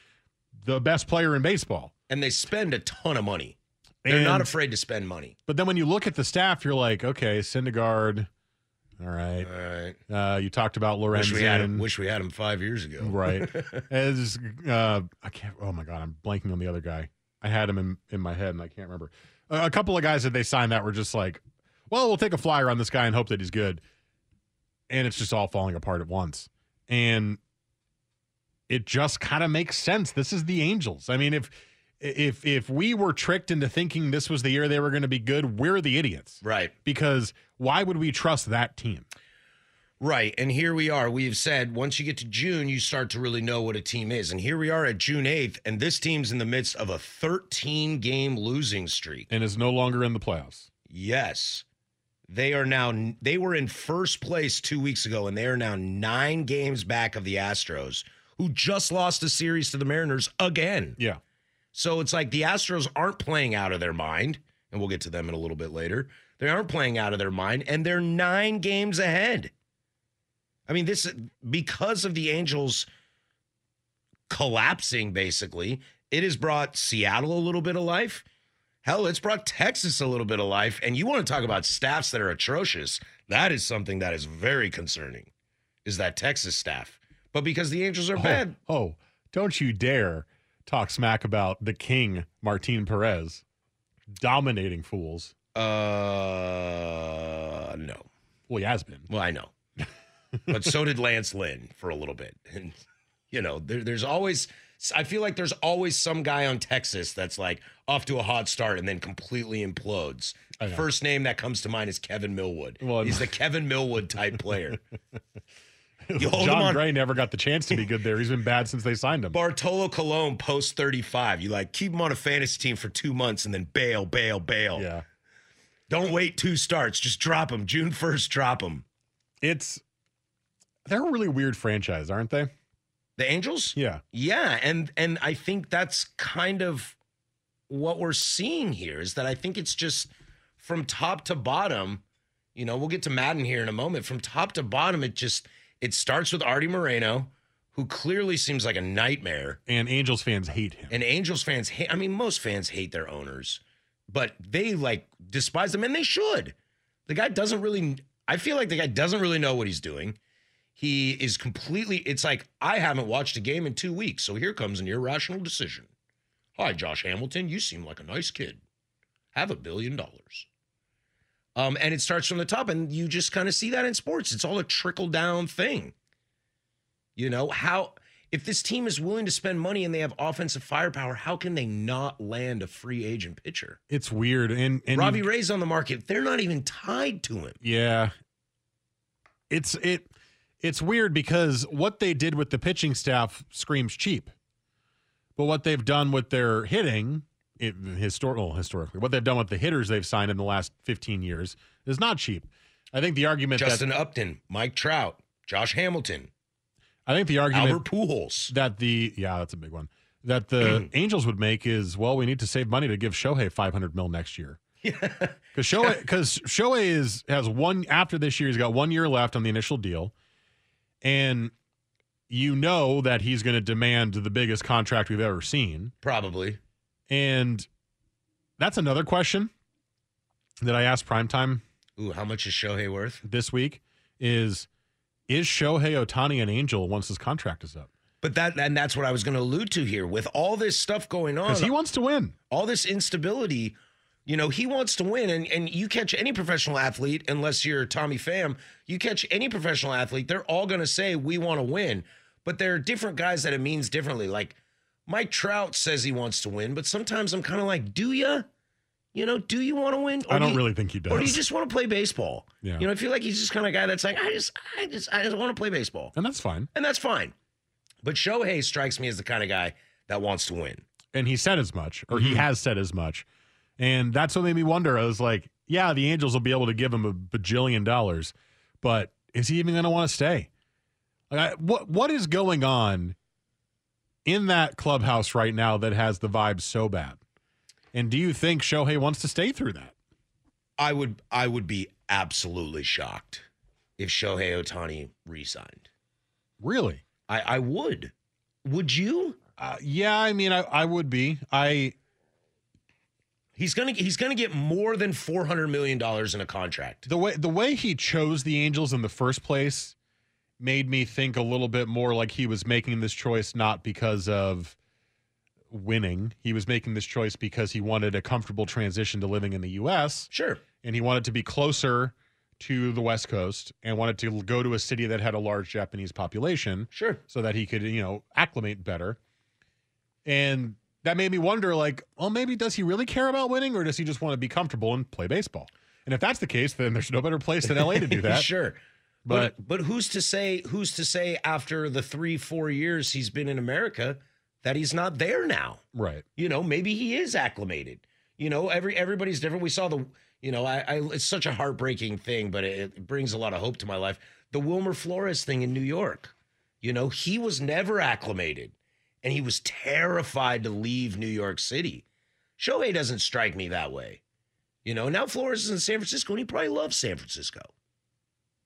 [SPEAKER 9] the best player in baseball.
[SPEAKER 8] And they spend a ton of money. They're
[SPEAKER 9] And-
[SPEAKER 8] not afraid to spend money.
[SPEAKER 9] But then when you look at the staff, you're like, "Okay, Syndergaard, all right.
[SPEAKER 8] All right.
[SPEAKER 9] Uh, you talked about
[SPEAKER 8] Wish
[SPEAKER 9] Lorenzen.
[SPEAKER 8] we had him. Wish we had him five years ago.
[SPEAKER 9] right. As uh, I can't. Oh my god, I'm blanking on the other guy. I had him in, in my head and I can't remember. A, a couple of guys that they signed that were just like, well, we'll take a flyer on this guy and hope that he's good. And it's just all falling apart at once. And it just kind of makes sense. This is the Angels. I mean, if if if we were tricked into thinking this was the year they were going to be good, we're the idiots.
[SPEAKER 8] Right.
[SPEAKER 9] Because why would we trust that team?
[SPEAKER 8] Right. And here we are. We have said once you get to June, you start to really know what a team is. And here we are at June 8th, and this team's in the midst of a 13 game losing streak.
[SPEAKER 9] And is no longer in the playoffs.
[SPEAKER 8] Yes. They are now, they were in first place two weeks ago, and they are now nine games back of the Astros, who just lost a series to the Mariners again.
[SPEAKER 9] Yeah.
[SPEAKER 8] So it's like the Astros aren't playing out of their mind, and we'll get to them in a little bit later. They aren't playing out of their mind, and they're nine games ahead. I mean, this because of the Angels collapsing, basically, it has brought Seattle a little bit of life. Hell, it's brought Texas a little bit of life. And you want to talk about staffs that are atrocious. That is something that is very concerning, is that Texas staff. But because the Angels are
[SPEAKER 9] Oh,
[SPEAKER 8] bad,
[SPEAKER 9] Oh, don't you dare talk smack about the king, Martin Perez, dominating fools.
[SPEAKER 8] uh no.
[SPEAKER 9] Well, he has been.
[SPEAKER 8] Well, I know. but so did Lance Lynn for a little bit. And, you know, there, there's always, I feel like there's always some guy on Texas that's like off to a hot start and then completely implodes.
[SPEAKER 9] I know.
[SPEAKER 8] First name that comes to mind is Kevin Millwood.
[SPEAKER 9] Well, I'm-
[SPEAKER 8] He's the Kevin Millwood type player. You hold him
[SPEAKER 9] John
[SPEAKER 8] on.
[SPEAKER 9] Gray never got the chance to be good there. He's been bad since they signed him.
[SPEAKER 8] Bartolo Colon post 35. You like keep him on a fantasy team for two months and then bail, bail, bail.
[SPEAKER 9] Yeah.
[SPEAKER 8] Don't wait two starts. Just drop him. June 1st, drop him.
[SPEAKER 9] It's they're a really weird franchise, aren't they?
[SPEAKER 8] The Angels?
[SPEAKER 9] Yeah.
[SPEAKER 8] Yeah, and and I think that's kind of what we're seeing here is that I think it's just from top to bottom, you know, we'll get to Madden here in a moment. From top to bottom, it just it starts with Artie Moreno, who clearly seems like a nightmare.
[SPEAKER 9] And Angels fans hate him.
[SPEAKER 8] And Angels fans hate I mean, most fans hate their owners, but they like despise them and they should. The guy doesn't really I I feel like the guy doesn't really know what he's doing. He is completely, it's like, I haven't watched a game in two weeks. So here comes an irrational decision. Hi, Josh Hamilton. You seem like a nice kid. Have a billion dollars. Um, and it starts from the top. And you just kind of see that in sports. It's all a trickle down thing. You know, how, if this team is willing to spend money and they have offensive firepower, how can they not land a free agent pitcher?
[SPEAKER 9] It's weird. And, and
[SPEAKER 8] Robbie
[SPEAKER 9] you've-
[SPEAKER 8] Ray's on the market. They're not even tied to him.
[SPEAKER 9] Yeah. It's it it's weird because what they did with the pitching staff screams cheap. But what they've done with their hitting, it, histor- well, historically, what they've done with the hitters they've signed in the last 15 years is not cheap. I think the argument
[SPEAKER 8] Justin
[SPEAKER 9] that
[SPEAKER 8] Upton, Mike Trout, Josh Hamilton,
[SPEAKER 9] I think the argument
[SPEAKER 8] Albert Pujols.
[SPEAKER 9] that the yeah, that's a big one. That the Angels would make is well, we need to save money to give Shohei 500 mil next year. Because Shohei, because Shohei is has one after this year. He's got one year left on the initial deal, and you know that he's going to demand the biggest contract we've ever seen.
[SPEAKER 8] Probably.
[SPEAKER 9] And that's another question that I asked Primetime
[SPEAKER 8] Ooh, how much is Shohei worth?
[SPEAKER 9] this week: is is Shohei Otani an angel once his contract is up?
[SPEAKER 8] But that and that's what I was going to allude to here. With all this stuff going on,
[SPEAKER 9] Because he wants to win.
[SPEAKER 8] all this instability, you know, he wants to win. And and you catch any professional athlete, unless you're Tommy Pham, you catch any professional athlete, they're all going to say we want to win. But there are different guys that it means differently. Like Mike Trout says he wants to win, but sometimes I'm kind of like, do you? You know, do you want to win?
[SPEAKER 9] I
[SPEAKER 8] do
[SPEAKER 9] don't
[SPEAKER 8] you-
[SPEAKER 9] really think he does.
[SPEAKER 8] Or do you just want to play baseball?
[SPEAKER 9] Yeah.
[SPEAKER 8] You know, I feel like he's just kind of guy that's like, I just, I just, I just want to play baseball,
[SPEAKER 9] and that's fine.
[SPEAKER 8] and that's fine. But Shohei strikes me as the kind of guy that wants to win.
[SPEAKER 9] and he said as much, or he has said as much. And that's what made me wonder. I was like, yeah, the Angels will be able to give him a bajillion dollars, but is he even going to want to stay? Like, I, what what is going on in that clubhouse right now that has the vibe so bad? And do you think Shohei wants to stay through that?
[SPEAKER 8] I would I would be absolutely shocked if Shohei Otani re-signed.
[SPEAKER 9] Really?
[SPEAKER 8] I, I would. Would you?
[SPEAKER 9] Uh, yeah, I mean, I, I would be. I
[SPEAKER 8] He's gonna he's gonna get more than four hundred million dollars in a contract.
[SPEAKER 9] the way the way he chose the Angels in the first place made me think a little bit more like he was making this choice not because of winning. He was making this choice because he wanted a comfortable transition to living in the US
[SPEAKER 8] Sure.
[SPEAKER 9] and he wanted to be closer to the West Coast and wanted to go to a city that had a large Japanese population
[SPEAKER 8] Sure.
[SPEAKER 9] so that he could, you know, acclimate better. And that made me wonder like, well, maybe does he really care about winning or does he just want to be comfortable and play baseball? And if that's the case, then there's no better place than LA to do that.
[SPEAKER 8] sure.
[SPEAKER 9] But
[SPEAKER 8] but who's to say who's to say after the three, four years he's been in America that he's not there now?
[SPEAKER 9] right.
[SPEAKER 8] You know, maybe he is acclimated. You know, every everybody's different. We saw the, you know, I, I it's such a heartbreaking thing, but it, it brings a lot of hope to my life. The Wilmer Flores thing in New York. You know, he was never acclimated, and he was terrified to leave New York City. Shohei doesn't strike me that way. You know, now Flores is in San Francisco, and he probably loves San Francisco.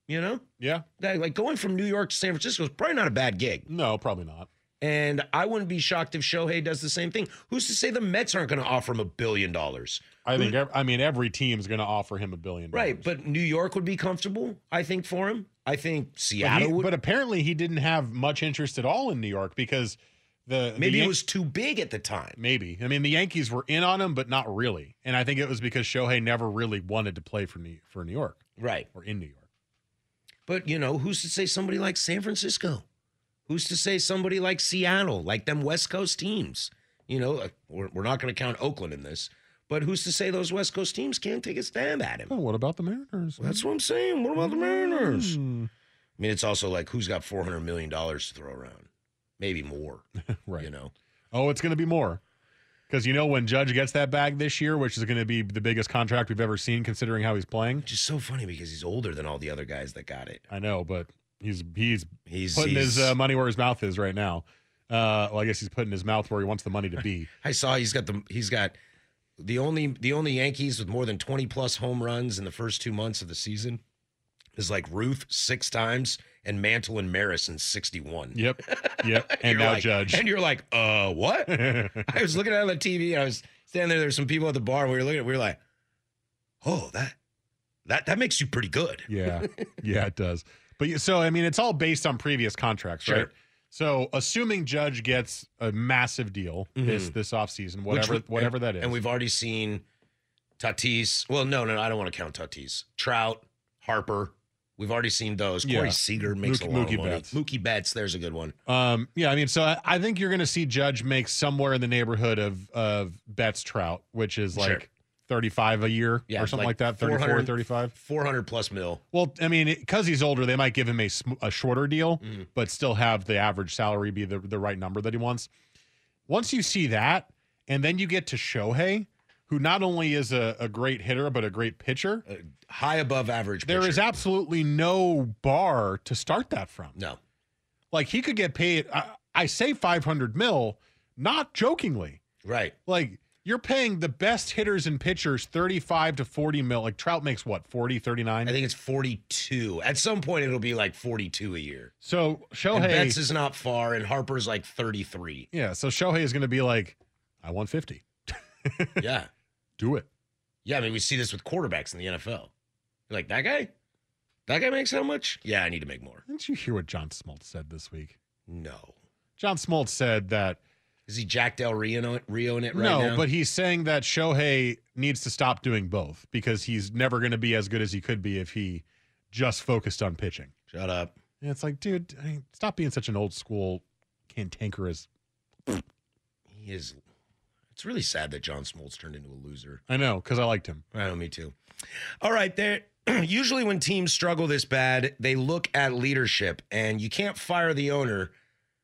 [SPEAKER 8] You know,
[SPEAKER 9] Yeah.
[SPEAKER 8] Like- like going from New York to San Francisco is probably not a bad gig.
[SPEAKER 9] No, probably not.
[SPEAKER 8] And I wouldn't be shocked if Shohei does the same thing. Who's to say the Mets aren't going to offer him a billion dollars?
[SPEAKER 9] I think ev- I mean every team's going to offer him a billion dollars.
[SPEAKER 8] Right. But New York would be comfortable, I think, for him. I think
[SPEAKER 9] But,
[SPEAKER 8] Seattle
[SPEAKER 9] he,
[SPEAKER 8] would.
[SPEAKER 9] but apparently he didn't have much interest at all in New York because the the
[SPEAKER 8] maybe
[SPEAKER 9] Yan-
[SPEAKER 8] it was too big at the time.
[SPEAKER 9] maybe I mean the Yankees were in on him but not really and I think it was because Shohei never really wanted to play for New for New York
[SPEAKER 8] Right.
[SPEAKER 9] or in New York.
[SPEAKER 8] But, you know, who's to say somebody like San Francisco? Who's to say somebody like Seattle, like them West Coast teams? You know, uh, we're, we're not going to count Oakland in this, but who's to say those West Coast teams can't take a stab at him?
[SPEAKER 9] Oh, what about the Mariners?
[SPEAKER 8] That's what I'm saying. What about the Mariners?
[SPEAKER 9] Hmm.
[SPEAKER 8] I mean, it's also like who's got four hundred million dollars to throw around, maybe more.
[SPEAKER 9] Right.
[SPEAKER 8] You know,
[SPEAKER 9] Oh, it's going to be more. Because you know when Judge gets that bag this year, which is going to be the biggest contract we've ever seen, considering how he's playing.
[SPEAKER 8] which is so funny because he's older than all the other guys that got it.
[SPEAKER 9] I know, but he's he's
[SPEAKER 8] He's
[SPEAKER 9] putting
[SPEAKER 8] he's,
[SPEAKER 9] his uh, money where his mouth is right now. Uh, well, I guess he's putting his mouth where he wants the money to be.
[SPEAKER 8] I saw he's got the he's got the only the only Yankees with more than twenty plus home runs in the first two months of the season is like Ruth six times and Mantle and Maris in sixty one.
[SPEAKER 9] yep, yep.
[SPEAKER 8] You're
[SPEAKER 9] And now
[SPEAKER 8] like-
[SPEAKER 9] Judge.
[SPEAKER 8] And you're like, uh, what? I was looking at the TV. And I was standing there. There's some people at the bar. And we were looking. at We were like, oh, that That that makes you pretty good.
[SPEAKER 9] Yeah, yeah, it does. But you- so I mean, it's all based on previous contracts,
[SPEAKER 8] Sure.
[SPEAKER 9] right? So assuming Judge gets a massive deal this
[SPEAKER 8] Mhm.
[SPEAKER 9] this offseason,
[SPEAKER 8] Which
[SPEAKER 9] whatever
[SPEAKER 8] we-
[SPEAKER 9] whatever
[SPEAKER 8] and-
[SPEAKER 9] that is,
[SPEAKER 8] And we've already seen Tatis. Well, no, no, I don't want to count Tatis. Trout, Harper. We've already seen those.
[SPEAKER 9] Yeah.
[SPEAKER 8] Corey Seager makes
[SPEAKER 9] Mookie-
[SPEAKER 8] a lot
[SPEAKER 9] Mookie
[SPEAKER 8] of money.
[SPEAKER 9] Betts.
[SPEAKER 8] Mookie Betts. There's a good one.
[SPEAKER 9] Um, yeah, I mean, so I, I think you're going to see Judge make somewhere in the neighborhood of of Betts Trout, which is like
[SPEAKER 8] Sure.
[SPEAKER 9] 35 a year
[SPEAKER 8] Yeah,
[SPEAKER 9] or something
[SPEAKER 8] like
[SPEAKER 9] like, that, 34,
[SPEAKER 8] 400
[SPEAKER 9] 35.
[SPEAKER 8] Four hundred plus mil.
[SPEAKER 9] Well, I mean, because he's older, they might give him a, sm- a shorter deal,
[SPEAKER 8] Mm-hmm.
[SPEAKER 9] but still have the average salary be the, the right number that he wants. Once you see that, and then you get to Shohei, who not only is a, a great hitter, but a great pitcher,
[SPEAKER 8] high above average.
[SPEAKER 9] There is absolutely no bar to start that from.
[SPEAKER 8] No.
[SPEAKER 9] Like he could get paid, I, I say 500 mil, not jokingly.
[SPEAKER 8] Right.
[SPEAKER 9] Like you're paying the best hitters and pitchers 35 to 40 mil. Like Trout makes what, 40, 39?
[SPEAKER 8] I think it's forty two. At some point, it'll be like forty two a year.
[SPEAKER 9] So
[SPEAKER 8] and
[SPEAKER 9] Shohei.
[SPEAKER 8] Betts is not far, and Harper's like thirty three.
[SPEAKER 9] Yeah, so Shohei is going to be like, I want 50.
[SPEAKER 8] yeah.
[SPEAKER 9] Do it.
[SPEAKER 8] Yeah, I mean, we see this with quarterbacks in the NFL. You're like, that guy? That guy makes how much? Yeah, I need to make more.
[SPEAKER 9] Didn't you hear what John Smoltz said this week?
[SPEAKER 8] No.
[SPEAKER 9] John Smoltz said that.
[SPEAKER 8] Is he Jack Del Rio in it, Rio in it right
[SPEAKER 9] no,
[SPEAKER 8] now?
[SPEAKER 9] but he's saying that Shohei needs to stop doing both because he's never going to be as good as he could be if he just focused on pitching.
[SPEAKER 8] Shut up.
[SPEAKER 9] And it's like, dude, I mean, stop being such an old school cantankerous.
[SPEAKER 8] He is. It's really sad that John Smoltz turned into a loser.
[SPEAKER 9] I know, because I liked him.
[SPEAKER 8] I know, me too. All right, there. Usually, when teams struggle this bad, they look at leadership, and you can't fire the owner,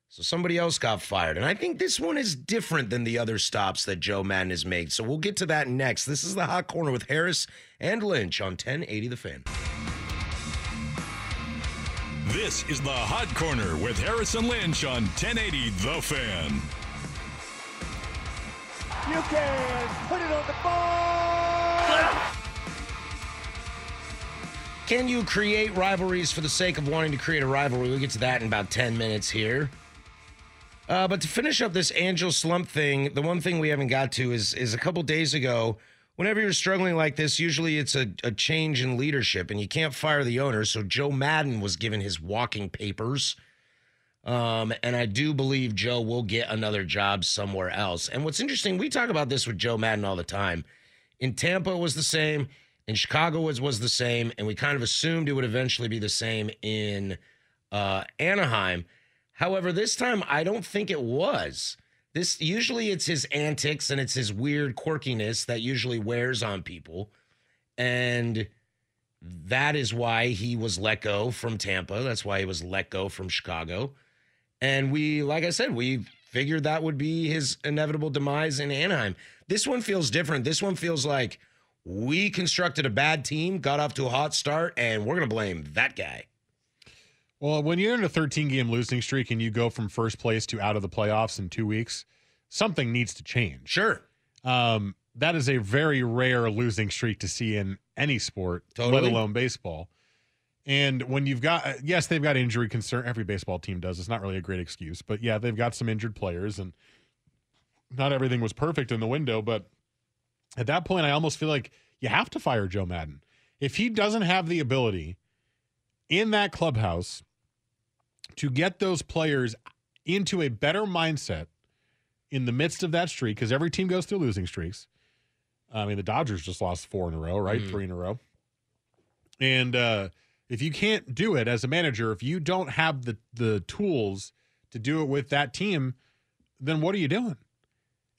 [SPEAKER 8] so somebody else got fired. And I think this one is different than the other stops that Joe Madden has made. So we'll get to that next. This is the Hot Corner with Harris and Lynch on 1080 The Fan.
[SPEAKER 2] This is the Hot Corner with Harrison Lynch on 1080 The Fan.
[SPEAKER 4] You can put it on the ball.
[SPEAKER 8] Can you create rivalries for the sake of wanting to create a rivalry? We'll get to that in about 10 minutes here. Uh, but to finish up this Angel slump thing, the one thing we haven't got to is is a couple days ago. Whenever you're struggling like this, usually it's a, a change in leadership, and you can't fire the owner. So Joe Madden was given his walking papers, um, and I do believe Joe will get another job somewhere else. And what's interesting, we talk about this with Joe Madden all the time. In Tampa it was the same, in Chicago was was the same, and we kind of assumed it would eventually be the same in uh, Anaheim. However, this time I don't think it was. This usually it's his antics and it's his weird quirkiness that usually wears on people, and that is why he was let go from Tampa. That's why he was let go from Chicago, and we, like I said, we figured that would be his inevitable demise in Anaheim. This one feels different. This one feels like we constructed a bad team, got off to a hot start, and we're gonna blame that guy.
[SPEAKER 9] Well, when you're in a 13 game losing streak and you go from first place to out of the playoffs in two weeks, something needs to change.
[SPEAKER 8] Sure.
[SPEAKER 9] Um, that is a very rare losing streak to see in any sport,
[SPEAKER 8] Totally.
[SPEAKER 9] let alone baseball. And when you've got, uh, yes, they've got injury concern. Every baseball team does. It's not really a great excuse, but yeah, they've got some injured players, and not everything was perfect in the window. But at that point, I almost feel like you have to fire Joe Madden. If he doesn't have the ability in that clubhouse to get those players into a better mindset in the midst of that streak, because every team goes through losing streaks. I mean, the Dodgers just lost four in a row, right?
[SPEAKER 8] Mhm.
[SPEAKER 9] Three in a row. And uh, if you can't do it as a manager, if you don't have the the tools to do it with that team, then what are you doing?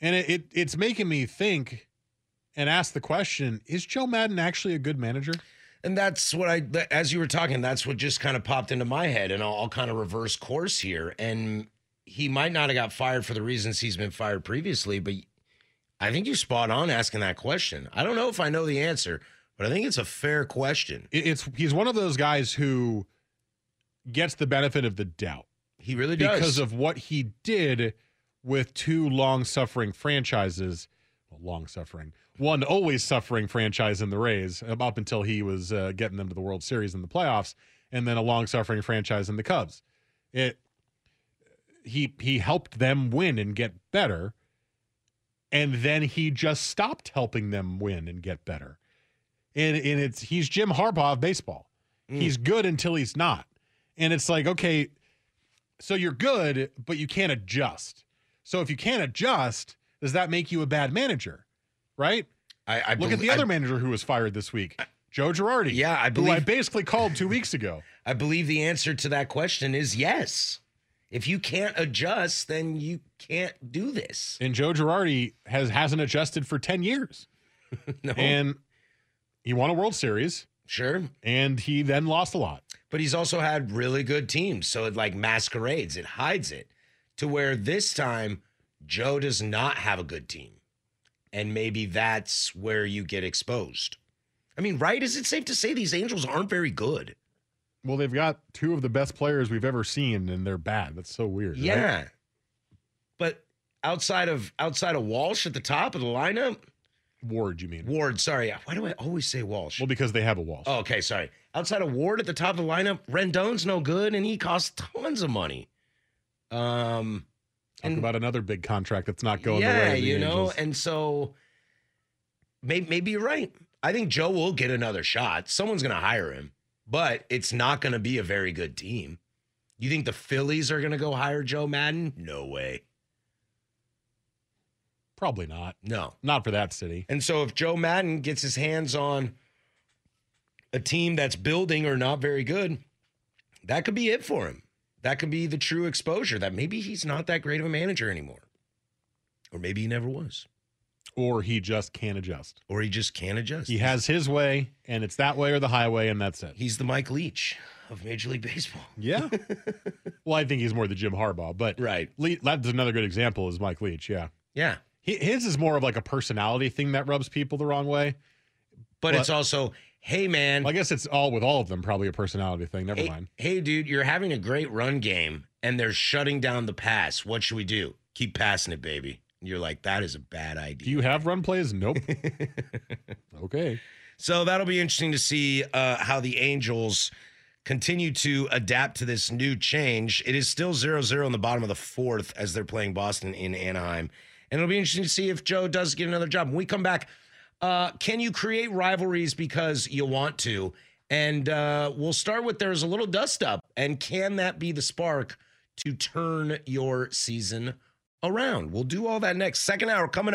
[SPEAKER 9] And it, it it's making me think and ask the question: Is Joe Madden actually a good manager?
[SPEAKER 8] And that's what I, th- as you were talking, that's what just kind of popped into my head. And I'll, I'll kind of reverse course here. And he might not have got fired for the reasons he's been fired previously, but I think you're spot on asking that question. I don't know if I know the answer, but I think it's a fair question.
[SPEAKER 9] It- It's he's one of those guys who gets the benefit of the doubt.
[SPEAKER 8] He really does.
[SPEAKER 9] because of what he did with two long-suffering franchises. Well, long-suffering, one always suffering franchise in the Rays up until he was uh, getting them to the World Series and the playoffs, and then a long-suffering franchise in the Cubs. It he he helped them win and get better, and then he just stopped helping them win and get better. and and it's he's Jim Harbaugh of baseball. He's good until he's not, and it's like okay, so you're good, but you can't adjust. So if you can't adjust, does that make you a bad manager? Right.
[SPEAKER 8] I, I
[SPEAKER 9] look at
[SPEAKER 8] belie-
[SPEAKER 9] the other
[SPEAKER 8] I-
[SPEAKER 9] manager who was fired this week, Joe Girardi.
[SPEAKER 8] Yeah, I
[SPEAKER 9] who I
[SPEAKER 8] believe-
[SPEAKER 9] basically called two weeks ago.
[SPEAKER 8] I believe the answer to that question is yes. If you can't adjust, then you can't do this.
[SPEAKER 9] And Joe Girardi has hasn't adjusted for ten years.
[SPEAKER 8] No.
[SPEAKER 9] And he won a World Series.
[SPEAKER 8] Sure.
[SPEAKER 9] And he then lost a lot.
[SPEAKER 8] But he's also had really good teams, so it like masquerades, it hides it to where this time Joe does not have a good team. And maybe that's where you get exposed. I mean, right? Is it safe to say these Angels aren't very good?
[SPEAKER 9] Well, they've got two of the best players we've ever seen, and they're bad. That's so weird. right?
[SPEAKER 8] Yeah. But outside of outside of Walsh at the top of the lineup,
[SPEAKER 9] Ward, you mean?
[SPEAKER 8] Ward, sorry. Why do I always say Walsh?
[SPEAKER 9] Well, because they have a Walsh.
[SPEAKER 8] Oh, okay, sorry. Outside of Ward at the top of the lineup, Rendon's no good, and he costs tons of money. Um,
[SPEAKER 9] Talk about another big contract that's not going the
[SPEAKER 8] yeah,
[SPEAKER 9] way of the
[SPEAKER 8] you know,
[SPEAKER 9] Angels.
[SPEAKER 8] and so maybe, maybe you're right. I think Joe will get another shot. Someone's going to hire him, but it's not going to be a very good team. You think the Phillies are going to go hire Joe Madden? No way.
[SPEAKER 9] Probably not.
[SPEAKER 8] No.
[SPEAKER 9] Not for that city.
[SPEAKER 8] And so if Joe Madden gets his hands on a team that's building or not very good, that could be it for him. That could be the true exposure that maybe he's not that great of a manager anymore. Or maybe he never was.
[SPEAKER 9] Or he just can't adjust.
[SPEAKER 8] Or he just can't adjust.
[SPEAKER 9] He has his way, and it's that way or the highway, and that's it.
[SPEAKER 8] He's the Mike Leach of Major League Baseball.
[SPEAKER 9] Yeah. well, I think he's more the Jim Harbaugh, but
[SPEAKER 8] right.
[SPEAKER 9] Le- that's another good example is Mike Leach. Yeah.
[SPEAKER 8] Yeah.
[SPEAKER 9] He, his is more of like a personality thing that rubs people the wrong way.
[SPEAKER 8] But, it's also, hey man,
[SPEAKER 9] Well, I guess it's all with all of them probably a personality thing. Never
[SPEAKER 8] hey,
[SPEAKER 9] mind.
[SPEAKER 8] hey dude, you're having a great run game and they're shutting down the pass. What should we do? Keep passing it, baby. And you're like, that is a bad idea.
[SPEAKER 9] Do you have run plays? Nope. okay.
[SPEAKER 8] So that'll be interesting to see uh, how the Angels continue to adapt to this new change. It is still 0 0 in the bottom of the fourth as they're playing Boston in Anaheim. And it'll be interesting to see if Joe does get another job. When we come back, uh, can you create rivalries because you want to? And uh, we'll start with there's a little dust up. And can that be the spark to turn your season around? We'll do all that next. Second hour coming up.